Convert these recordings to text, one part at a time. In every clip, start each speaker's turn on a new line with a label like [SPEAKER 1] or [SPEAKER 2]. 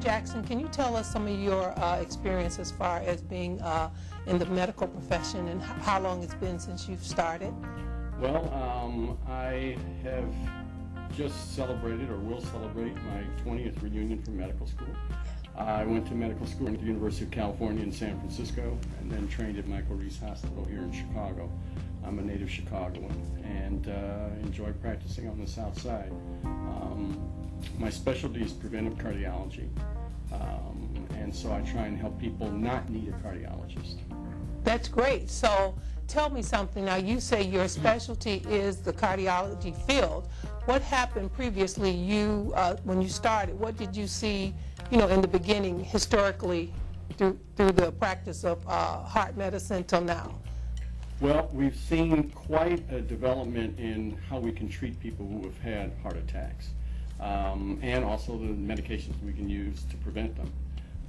[SPEAKER 1] Jackson, can you tell us some of your uh, experience as far as being uh, in the medical profession and h- how long it's been since you've started?
[SPEAKER 2] Well, um, I have just celebrated, or will celebrate, my 20th reunion from medical school. I went to medical school at the University of California in San Francisco, and then trained at Michael Reese Hospital here in Chicago. I'm a native Chicagoan and uh, enjoy practicing on the South Side. Um, my specialty is preventive cardiology, um, and so I try and help people not need a cardiologist.
[SPEAKER 1] That's great. So tell me something. Now, you say your specialty is the cardiology field. What happened previously? You, uh, when you started, what did you see? You know, in the beginning, historically, through through the practice of uh, heart medicine till now.
[SPEAKER 2] Well, we've seen quite a development in how we can treat people who have had heart attacks, um, and also the medications we can use to prevent them.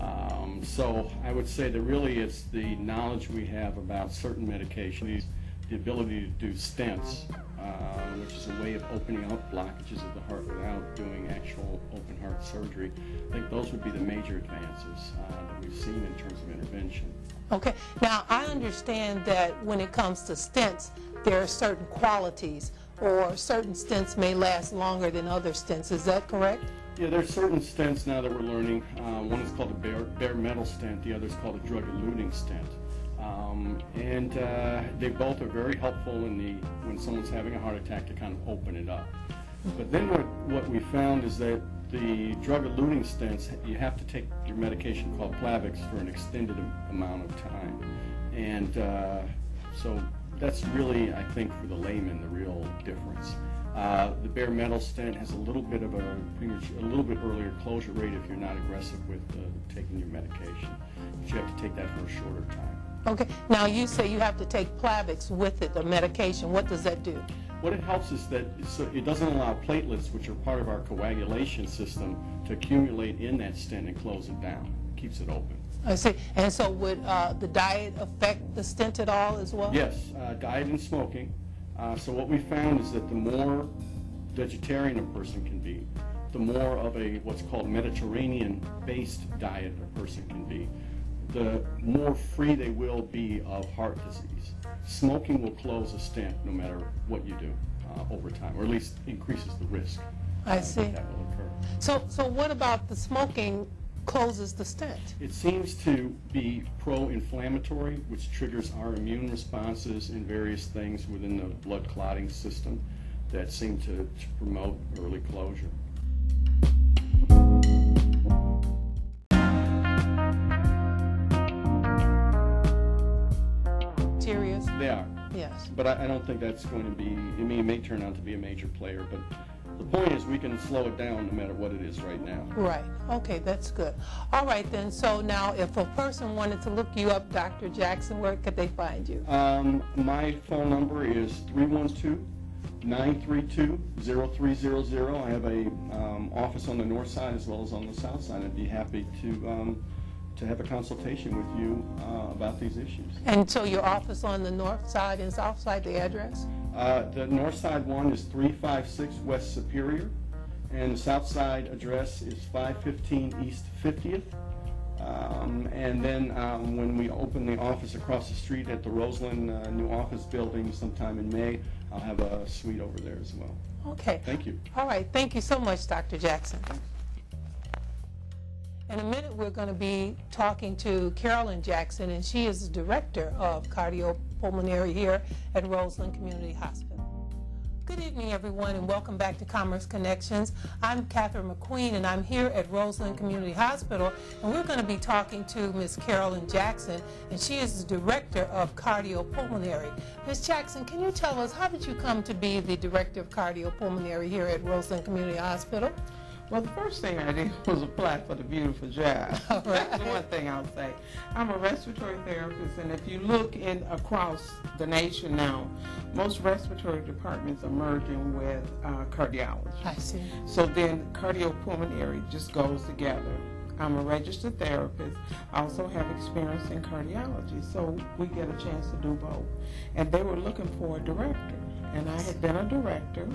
[SPEAKER 2] Um, so I would say that really it's the knowledge we have about certain medications, the ability to do stents, uh, which is a way of opening up blockages of the heart without doing actual open heart surgery. I think those would be the major advances uh, that we've seen in terms of intervention.
[SPEAKER 1] Okay. Now, I understand that when it comes to stents, there are certain qualities, or certain stents may last longer than other stents. Is that correct?
[SPEAKER 2] Yeah, there's certain stents now that we're learning. Uh, one is called a bare, bare metal stent, the other is called a drug-eluting stent. Um, and uh, they both are very helpful in the when someone's having a heart attack to kind of open it up. But then what, what we found is that the drug-eluting stents, you have to take your medication called Plavix for an extended am- amount of time. And uh, so that's really, I think, for the layman, the real difference. Uh, the bare metal stent has a little bit of a premature, a little bit earlier closure rate if you're not aggressive with uh, taking your medication. But you have to take that for a shorter time.
[SPEAKER 1] Okay. Now, you say you have to take Plavix with it, the medication. What does that do?
[SPEAKER 2] What it helps is that it's, it doesn't allow platelets, which are part of our coagulation system, to accumulate in that stent and close it down. It keeps it open.
[SPEAKER 1] I see. And so would uh, the diet affect the stent at all as well?
[SPEAKER 2] Yes, uh, diet and smoking. Uh, so what we found is that the more vegetarian a person can be, the more of a what's called Mediterranean-based diet a person can be, the more free they will be of heart disease. Smoking will close a stent no matter what you do uh, over time, or at least increases the risk.
[SPEAKER 1] I
[SPEAKER 2] uh,
[SPEAKER 1] see.
[SPEAKER 2] That, that will occur.
[SPEAKER 1] So, so what about the smoking closes the stent?
[SPEAKER 2] It seems to be pro-inflammatory, which triggers our immune responses and various things within the blood clotting system that seem to, to promote early closure.
[SPEAKER 1] Serious?
[SPEAKER 2] They are,
[SPEAKER 1] Yes.
[SPEAKER 2] but I, I don't think that's going to be. I mean, it may turn out to be a major player, but the point is we can slow it down no matter what it is right now.
[SPEAKER 1] Right. Okay, that's good. All right then. So now, if a person wanted to look you up, Dr. Jackson, where could they find you?
[SPEAKER 2] Um, my phone number is 312-932-0300. I have a um, office on the north side as well as on the south side. I'd be happy to um, to have a consultation with you uh, about these issues.
[SPEAKER 1] And so your office on the north side and south side, the address?
[SPEAKER 2] Uh, the north side one is 356 West Superior, and the south side address is 515 East 50th. Um, and then um, when we open the office across the street at the Roseland uh, new office building sometime in May, I'll have a suite over there as well.
[SPEAKER 1] Okay.
[SPEAKER 2] Thank you.
[SPEAKER 1] All right, thank you so much, Dr. Jackson. In a minute, we're going to be talking to Carolyn Jackson, and she is the director of cardiopulmonary here at Roseland Community Hospital. Good evening, everyone, and welcome back to Commerce Connections. I'm Catherine McQueen, and I'm here at Roseland Community Hospital, and we're going to be talking to Ms. Carolyn Jackson, and she is the director of cardiopulmonary. Ms. Jackson, can you tell us how did you come to be the director of cardiopulmonary here at Roseland Community Hospital?
[SPEAKER 3] Well, the first thing I did was apply for the beautiful job. That's the one thing I'll say. I'm a respiratory therapist, and if you look in across the nation now, most respiratory departments are merging with uh, cardiology.
[SPEAKER 1] I see.
[SPEAKER 3] So then cardiopulmonary just goes together. I'm a registered therapist. I also have experience in cardiology, so we get a chance to do both. And they were looking for a director, and I had been a director,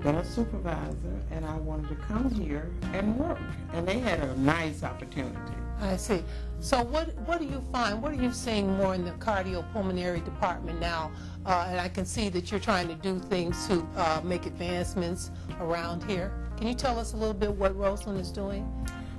[SPEAKER 3] been a supervisor, and I wanted to come here and work. And they had a nice opportunity.
[SPEAKER 1] I see. So what, what do you find, what are you seeing more in the cardiopulmonary department now? Uh, and I can see that you're trying to do things to uh, make advancements around here. Can you tell us a little bit what Roseland is doing?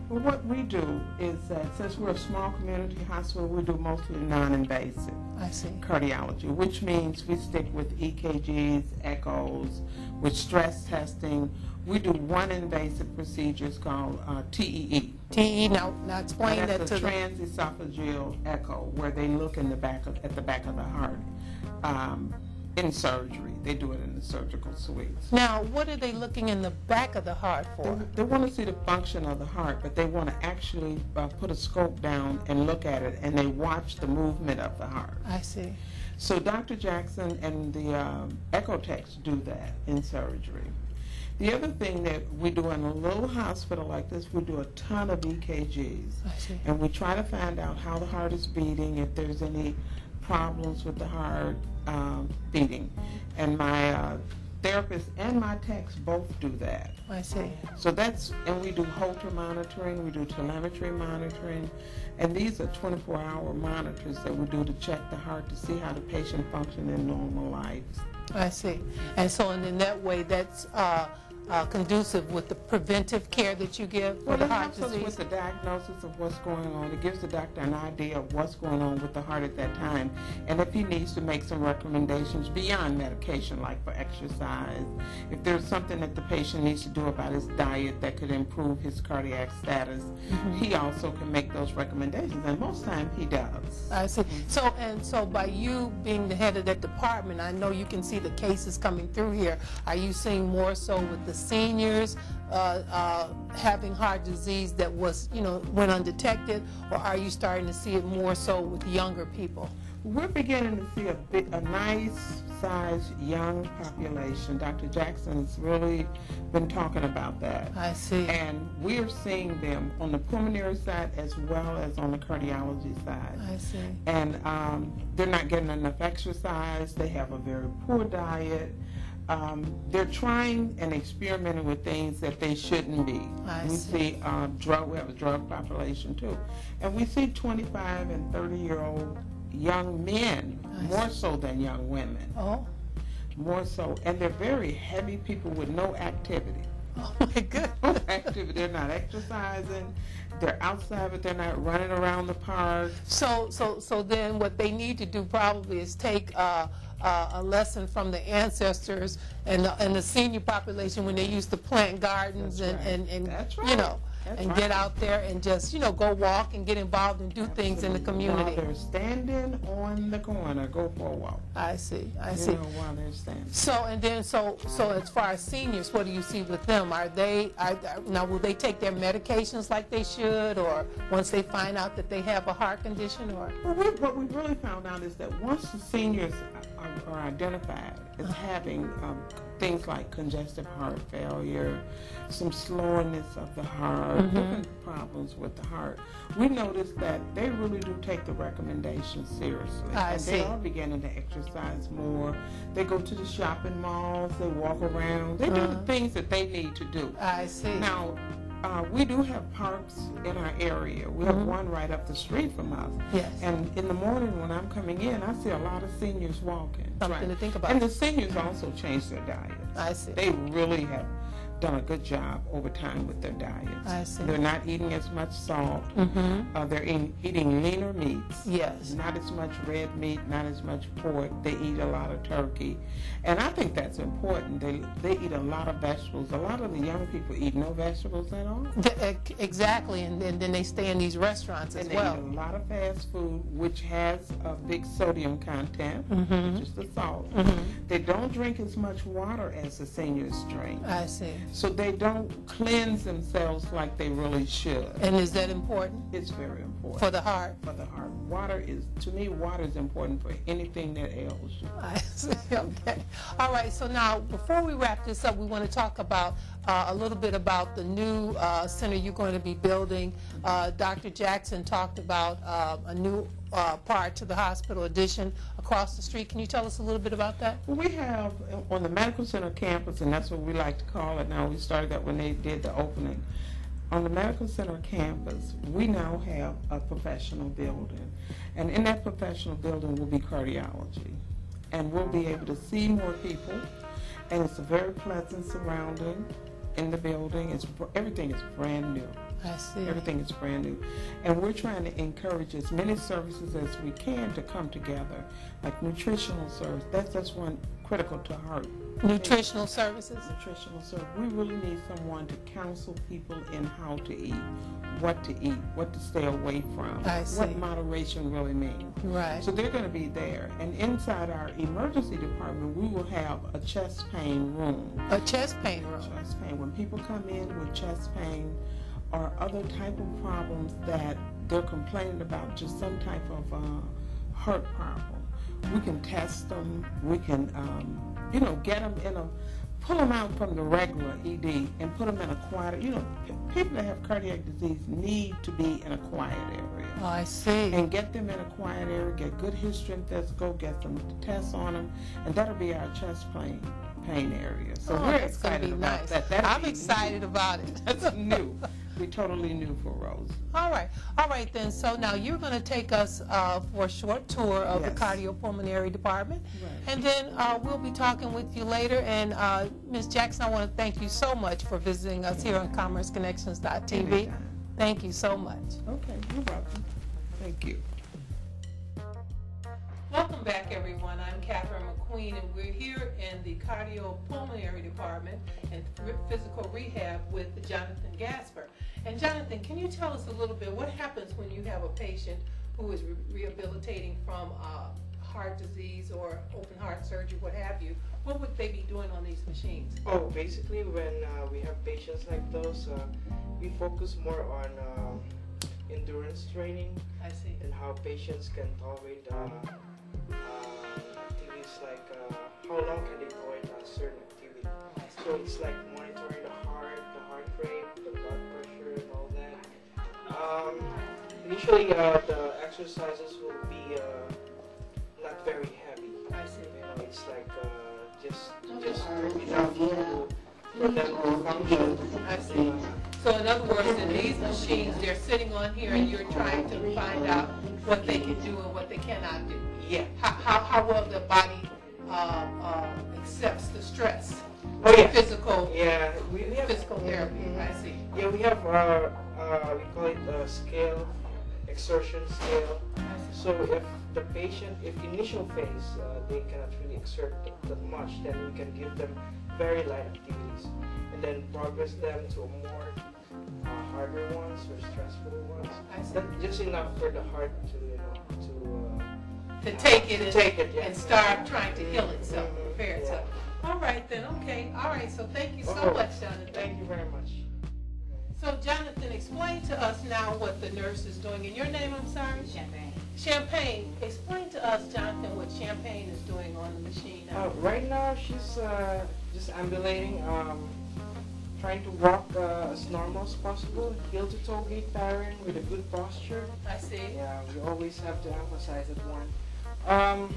[SPEAKER 3] Well, what we do is that since we're a small community hospital, we do mostly non-invasive
[SPEAKER 1] I see.
[SPEAKER 3] cardiology, which means we stick with EKGs, echoes, with stress testing. We do one invasive procedure, it's called uh, TEE.
[SPEAKER 1] TE, now, now explain that
[SPEAKER 3] That's
[SPEAKER 1] to
[SPEAKER 3] a
[SPEAKER 1] the,
[SPEAKER 3] transesophageal echo, where they look in the back of, at the back of the heart um, in surgery. They do it in the surgical suites.
[SPEAKER 1] now, what are they looking in the back of the heart for?
[SPEAKER 3] They want to see the function of the heart, but they want to actually uh, put a scope down and look at it, and they watch the movement of the heart.
[SPEAKER 1] I see.
[SPEAKER 3] So Dr. Jackson and the um, Ecotex do that in surgery. The other thing that we do in a little hospital like this, we do a ton of EKGs.
[SPEAKER 1] I see.
[SPEAKER 3] And we try to find out how the heart is beating, if there's any problems with the heart um, beating. And my uh, therapist and my techs both do that.
[SPEAKER 1] I see.
[SPEAKER 3] So that's, and we do Holter monitoring, we do telemetry monitoring, and these are 24 hour monitors that we do to check the heart to see how the patient function in normal life.
[SPEAKER 1] I see. And so, and in that way, that's uh, uh, conducive with the preventive care that you give for
[SPEAKER 3] Well,
[SPEAKER 1] the
[SPEAKER 3] it
[SPEAKER 1] heart
[SPEAKER 3] helps us
[SPEAKER 1] disease?
[SPEAKER 3] with the diagnosis of what's going on. It gives the doctor an idea of what's going on with the heart at that time. And if he needs to make some recommendations beyond medication, like for exercise, if there's something that the patient needs to do about his diet that could improve his cardiac status, he also can make those recommendations. And most time he does.
[SPEAKER 1] I see. So, and so by you being the head of that department, I know you can see the cases coming through here. Are you seeing more so with the seniors uh, uh, having heart disease that was, you know, went undetected? Or are you starting to see it more so with younger people?
[SPEAKER 3] We're beginning to see a, bit, a nice sized young population. Dr. Jackson's really been talking about that.
[SPEAKER 1] I see.
[SPEAKER 3] And we're seeing them on the pulmonary side as well as on the cardiology side.
[SPEAKER 1] I see.
[SPEAKER 3] And um, they're not getting enough exercise, they have a very poor diet. Um, they're trying and experimenting with things that they shouldn't be.
[SPEAKER 1] I
[SPEAKER 3] we
[SPEAKER 1] see.
[SPEAKER 3] see uh, drug, we have a drug population too. And we see 25 and 30 year old young men,
[SPEAKER 1] I
[SPEAKER 3] more so than young women,
[SPEAKER 1] Oh,
[SPEAKER 3] more so. And they're very heavy people with no activity
[SPEAKER 1] oh my goodness.
[SPEAKER 3] active. They're not exercising. They're outside, but they're not running around the park.
[SPEAKER 1] So, so, so then what they need to do probably is take uh, uh, a lesson from the ancestors and the, and the senior population when they used to plant gardens
[SPEAKER 3] That's
[SPEAKER 1] and,
[SPEAKER 3] right.
[SPEAKER 1] and, and
[SPEAKER 3] That's
[SPEAKER 1] you
[SPEAKER 3] right.
[SPEAKER 1] know,
[SPEAKER 3] That's
[SPEAKER 1] and
[SPEAKER 3] right.
[SPEAKER 1] get out there and just, you know, go walk and get involved and do things in the
[SPEAKER 3] While
[SPEAKER 1] community.
[SPEAKER 3] they're standing on the corner, go for a walk.
[SPEAKER 1] I see, I
[SPEAKER 3] You
[SPEAKER 1] see.
[SPEAKER 3] know, while they're standing.
[SPEAKER 1] So, and then, so, so as far as seniors, what do you see with them? Are they, are, now will they take their medications like they should or once they find out that they have a heart condition or?
[SPEAKER 3] Well, we, what we really found out is that once the seniors are, are identified
[SPEAKER 1] Uh-huh.
[SPEAKER 3] as having um, things like congestive heart failure, some slowness of the heart,
[SPEAKER 1] Mm-hmm.
[SPEAKER 3] different problems with the heart, we noticed that they really do take the recommendations seriously.
[SPEAKER 1] I
[SPEAKER 3] and
[SPEAKER 1] see.
[SPEAKER 3] they are beginning to exercise more. They go to the shopping malls, they walk around, they
[SPEAKER 1] Uh-huh.
[SPEAKER 3] do the things that they need to do.
[SPEAKER 1] I see.
[SPEAKER 3] Now, uh, we do have parks in our area. We have
[SPEAKER 1] Mm-hmm.
[SPEAKER 3] one right up the street from us.
[SPEAKER 1] Yes.
[SPEAKER 3] And in the morning when I'm coming in, I see a lot of seniors walking.
[SPEAKER 1] Something to think about.
[SPEAKER 3] And the seniors also change their diet.
[SPEAKER 1] I see.
[SPEAKER 3] They really have done a good job over time with their diets.
[SPEAKER 1] I see. Mm-hmm.
[SPEAKER 3] They're not eating as much salt. Uh, they're eating, eating leaner meats.
[SPEAKER 1] Yes.
[SPEAKER 3] Not as much red meat, not as much pork. They eat a lot of turkey. And I think that's important. They, they eat a lot of vegetables. A lot of the young people eat no vegetables at all.
[SPEAKER 1] Th- ex- Exactly, and then, then they stay in these restaurants as
[SPEAKER 3] And they
[SPEAKER 1] well.
[SPEAKER 3] eat a lot of fast food, which has a big sodium content,
[SPEAKER 1] Mm-hmm.
[SPEAKER 3] which is the salt. They don't drink as much water as the seniors drink.
[SPEAKER 1] I see.
[SPEAKER 3] So they don't cleanse themselves like they really should.
[SPEAKER 1] And is that important
[SPEAKER 3] It's very important
[SPEAKER 1] for the heart?
[SPEAKER 3] for the heart. Water is, to me, water is important for anything that ails you.
[SPEAKER 1] I see. Okay. All right. So now, before we wrap this up, we want to talk about uh, a little bit about the new uh, center you're going to be building. Uh, Dr. Jackson talked about uh, a new uh, part to the hospital addition across the street. Can you tell us a little bit about that?
[SPEAKER 3] Well, we have uh, on the medical center campus, and that's what we like to call it now. We started that when they did the opening. On the medical center campus, we now have a professional building, and in that professional building will be cardiology, and we'll be able to see more people. And it's a very pleasant surrounding in the building. It's br- everything is brand new.
[SPEAKER 1] I see.
[SPEAKER 3] Everything is brand new. And we're trying to encourage as many services as we can to come together, like nutritional service. That's that's one critical to heart.
[SPEAKER 1] Nutritional services?
[SPEAKER 3] Nutritional service. We really need someone to counsel people in how to eat, what to eat, what to stay away from,
[SPEAKER 1] I see.
[SPEAKER 3] what moderation really means.
[SPEAKER 1] Right.
[SPEAKER 3] So they're going to be there. And inside our emergency department, we will have a chest pain room
[SPEAKER 1] A chest pain room.
[SPEAKER 3] chest pain. When people come in with chest pain or other type of problems that they're complaining about, just some type of uh, heart problem, we can test them. We can, um, you know, get them in a, pull them out from the regular ED and put them in a quiet. You know, p- people that have cardiac disease need to be in a quiet area
[SPEAKER 1] Oh, I see.
[SPEAKER 3] and get them in a quiet area, get good history and tests, go get some tests on them, and that'll be our chest pain pain area. So
[SPEAKER 1] Oh,
[SPEAKER 3] we're
[SPEAKER 1] that's going to
[SPEAKER 3] excited
[SPEAKER 1] be
[SPEAKER 3] about
[SPEAKER 1] nice.
[SPEAKER 3] that. That'll
[SPEAKER 1] I'm
[SPEAKER 3] be
[SPEAKER 1] excited about it.
[SPEAKER 3] New. That's new. We totally new for Rose.
[SPEAKER 1] All right, all right then. So now you're going to take us uh, for a short tour of the
[SPEAKER 3] Yes.
[SPEAKER 1] cardiopulmonary department,
[SPEAKER 3] Right.
[SPEAKER 1] and then uh, we'll be talking with you later. And uh, Ms. Jackson, I want to thank you so much for visiting us here on CommerceConnections.tv.
[SPEAKER 3] Anytime.
[SPEAKER 1] Thank you so much.
[SPEAKER 3] Okay, you're welcome. Thank you.
[SPEAKER 1] Welcome back, everyone. I'm Catherine McQueen, and we're here in the cardiopulmonary department and th- physical rehab with Jonathan Gasper. And Jonathan, can you tell us a little bit what happens when you have a patient who is re- rehabilitating from uh, heart disease or open heart surgery, what have you? What would they be doing on these machines?
[SPEAKER 4] Oh, basically, when uh, we have patients like those, uh, we focus more on um endurance training
[SPEAKER 1] I see.
[SPEAKER 4] and how patients can tolerate uh, uh, activities like uh, how long can they tolerate a certain activity. So it's like monitoring the heart, the heart rate, the blood pressure, and all that. Um, initially, uh, the exercises will be uh, not very heavy.
[SPEAKER 1] I see.
[SPEAKER 4] You know, it's like uh, just just enough to for them to function.
[SPEAKER 1] I see. So in other words, in these machines, they're sitting on here and you're trying to find out what they can do and what they cannot do.
[SPEAKER 4] Yeah.
[SPEAKER 1] how, how, how well the body uh, uh, accepts the stress.
[SPEAKER 4] Oh yeah.
[SPEAKER 1] Physical,
[SPEAKER 4] Yeah. Mm-hmm. We, we have
[SPEAKER 1] physical therapy, I see.
[SPEAKER 4] Yeah, we have our uh, we call it uh, scale, exertion scale. So if the patient, if initial phase uh, they cannot really exert that, that much, then we can give them very light activities, and then progress them to more uh, harder ones or stressful ones.
[SPEAKER 1] I see.
[SPEAKER 4] That, just enough for the heart to you know to. Uh,
[SPEAKER 1] To take it and,
[SPEAKER 4] Take it, yeah.
[SPEAKER 1] and start trying to heal itself,
[SPEAKER 4] Mhm,
[SPEAKER 1] prepare
[SPEAKER 4] yeah.
[SPEAKER 1] itself. All right then, okay, all right, so thank you so
[SPEAKER 4] Okay.
[SPEAKER 1] much, Jonathan.
[SPEAKER 4] Thank you very much.
[SPEAKER 1] So Jonathan, explain to us now what the nurse is doing. In your name, I'm sorry?
[SPEAKER 5] Champagne.
[SPEAKER 1] Champagne, explain to us, Jonathan, what Champagne is doing on the machine now.
[SPEAKER 4] Uh, right now, she's uh, just ambulating, um, trying to walk uh, as normal as possible, heel to toe gait pairing with a good posture.
[SPEAKER 1] I see.
[SPEAKER 4] Yeah, we always have to emphasize that one. Um,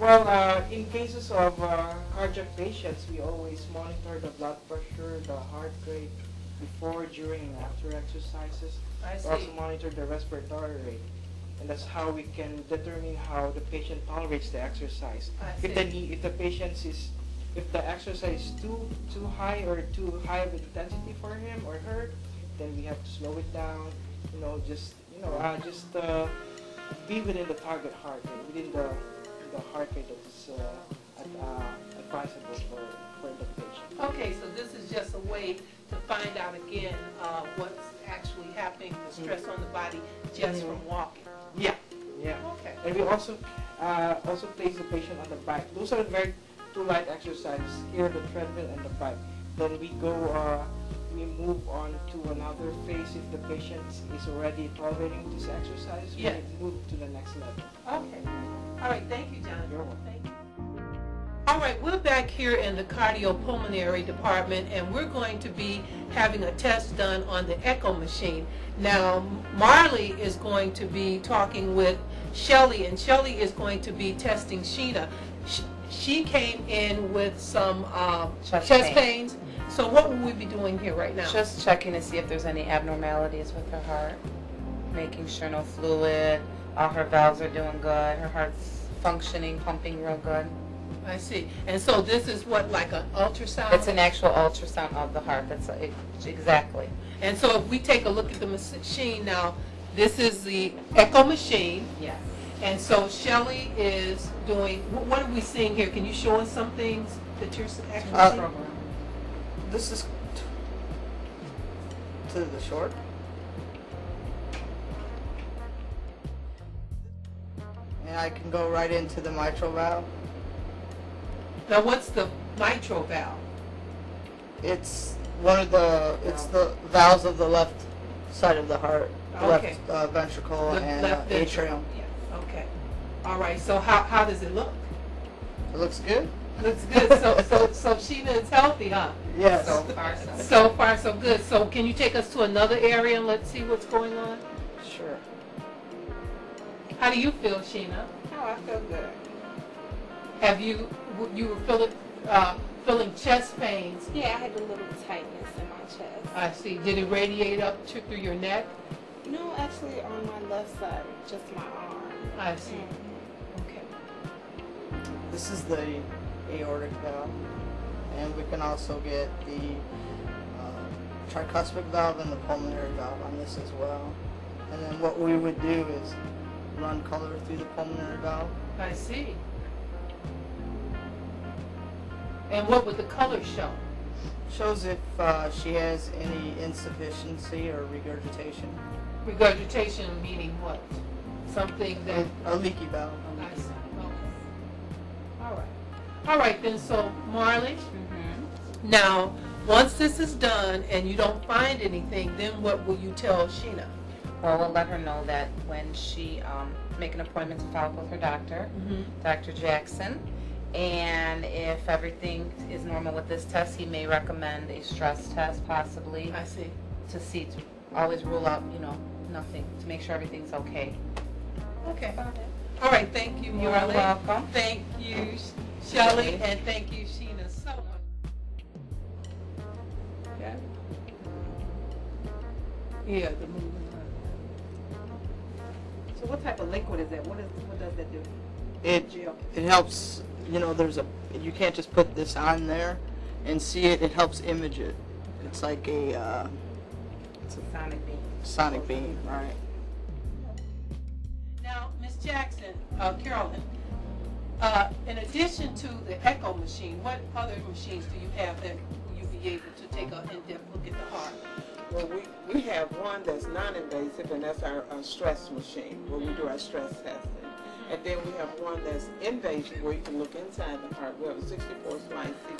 [SPEAKER 4] well, uh, in cases of uh, cardiac patients, we always monitor the blood pressure, the heart rate before, during, and after exercises.
[SPEAKER 1] I
[SPEAKER 4] We also
[SPEAKER 1] see.
[SPEAKER 4] monitor the respiratory rate. And that's how we can determine how the patient tolerates the exercise.
[SPEAKER 1] I
[SPEAKER 4] If
[SPEAKER 1] see.
[SPEAKER 4] the, knee- if the patient is, if the exercise is too, too high or too high of intensity for him or her, then we have to slow it down, you know, just, you know, uh, just uh, be within the target heart rate, within the, the heart rate that is uh, ad- uh, advisable for, for the patient.
[SPEAKER 1] Okay, so this is just a way to find out again uh, what's actually happening, the stress on the body just from walking.
[SPEAKER 4] Yeah, yeah.
[SPEAKER 1] Okay.
[SPEAKER 4] And we also uh, also place the patient on the bike. Those are very two light exercises here, the treadmill and the bike. Then we go, uh, we move on to another phase if the patient is already tolerating this exercise.
[SPEAKER 1] Yes.
[SPEAKER 4] We move to the next level.
[SPEAKER 1] Okay. All right, thank you, Jonathan.
[SPEAKER 4] You're welcome.
[SPEAKER 1] Thank you. All right, we're back here in the cardiopulmonary department, and we're going to be having a test done on the echo machine. Now, Marley is going to be talking with Shelley, and Shelley is going to be testing Sheena. Sh- She came in with some uh,
[SPEAKER 5] Chest
[SPEAKER 1] chest
[SPEAKER 5] pain.
[SPEAKER 1] pains, so what will we be doing here right now?
[SPEAKER 5] Just checking to see if there's any abnormalities with her heart, making sure no fluid, all her valves are doing good, her heart's functioning, pumping real good.
[SPEAKER 1] I see. And so this is what, like an ultrasound?
[SPEAKER 5] It's an actual ultrasound of the heart. That's uh, exactly.
[SPEAKER 1] And so if we take a look at the machine now, this is the echo machine.
[SPEAKER 5] Yes.
[SPEAKER 1] And so Shelley is doing, wh- what are we seeing here? Can you show us some things that you're s-
[SPEAKER 5] Uh,
[SPEAKER 1] actually seeing?
[SPEAKER 6] This is t- to the short. And I can go right into the mitral valve.
[SPEAKER 1] Now, what's the mitral valve?
[SPEAKER 6] It's one of the, it's the valves of the left side of the heart, the
[SPEAKER 1] Okay.
[SPEAKER 6] left uh, ventricle
[SPEAKER 1] The
[SPEAKER 6] and uh,
[SPEAKER 1] left ventricle.
[SPEAKER 6] atrium.
[SPEAKER 1] Yeah, okay. All right, so how, how does it look?
[SPEAKER 6] It looks good?
[SPEAKER 1] Looks good. So, so, so Sheena is healthy, huh?
[SPEAKER 6] Yes.
[SPEAKER 5] So far, so.
[SPEAKER 1] So far, so good. So can you take us to another area and let's see what's going on?
[SPEAKER 6] Sure.
[SPEAKER 1] How do you feel, Sheena?
[SPEAKER 4] Oh, I feel good.
[SPEAKER 1] Have you, w- you were feeling, uh, feeling chest pains?
[SPEAKER 7] Yeah, I had a little tightness in my chest.
[SPEAKER 1] I see. Did it radiate up to, through your neck?
[SPEAKER 7] No, actually on my left side, just my arm.
[SPEAKER 1] I see.
[SPEAKER 7] Mm-hmm.
[SPEAKER 1] Okay.
[SPEAKER 6] This is the aortic valve. And we can also get the uh, tricuspid valve and the pulmonary valve on this as well. And then what we would do is run color through the pulmonary valve.
[SPEAKER 1] I see. And what would the color show?
[SPEAKER 6] Shows if uh, she has any insufficiency or regurgitation.
[SPEAKER 1] Regurgitation meaning what? Something that.
[SPEAKER 6] A leaky valve.
[SPEAKER 1] I see. Okay. All right. All right then. So Marley,
[SPEAKER 5] Mm-hmm.
[SPEAKER 1] now once this is done and you don't find anything, then what will you tell Sheena?
[SPEAKER 5] Well, we'll let her know that when she um, make an appointment to follow up with her doctor,
[SPEAKER 7] Mm-hmm.
[SPEAKER 1] Mhm.
[SPEAKER 5] Dr. Jackson, and if everything is normal with this test, he may recommend a stress test possibly
[SPEAKER 1] I see.
[SPEAKER 5] to see to always rule out, you know, nothing to make sure everything's okay.
[SPEAKER 1] Okay. All right. Thank you,
[SPEAKER 5] You're
[SPEAKER 1] Marley.
[SPEAKER 5] welcome.
[SPEAKER 1] Thank you, Shelley, and thank you, Sheena, so much. Yeah. Yeah, the moving around.
[SPEAKER 8] So what type of liquid is that? What is, what does that do?
[SPEAKER 6] It
[SPEAKER 8] Gel.
[SPEAKER 6] it helps. You know, there's a you can't just put this on there and see it. It helps image it. It's like a uh,
[SPEAKER 5] It's a sonic beam.
[SPEAKER 6] sonic beam, right?
[SPEAKER 1] Now, Ms. Jackson, uh, Carolyn, uh, in addition to the echo machine, what other machines do you have that you'll be able to take an in-depth look at the heart?
[SPEAKER 3] Well, we, we have one that's non-invasive, and that's our, our stress machine, where we do our stress testing. And then we have one that's invasive, where you can look inside the heart. We have a 64 slice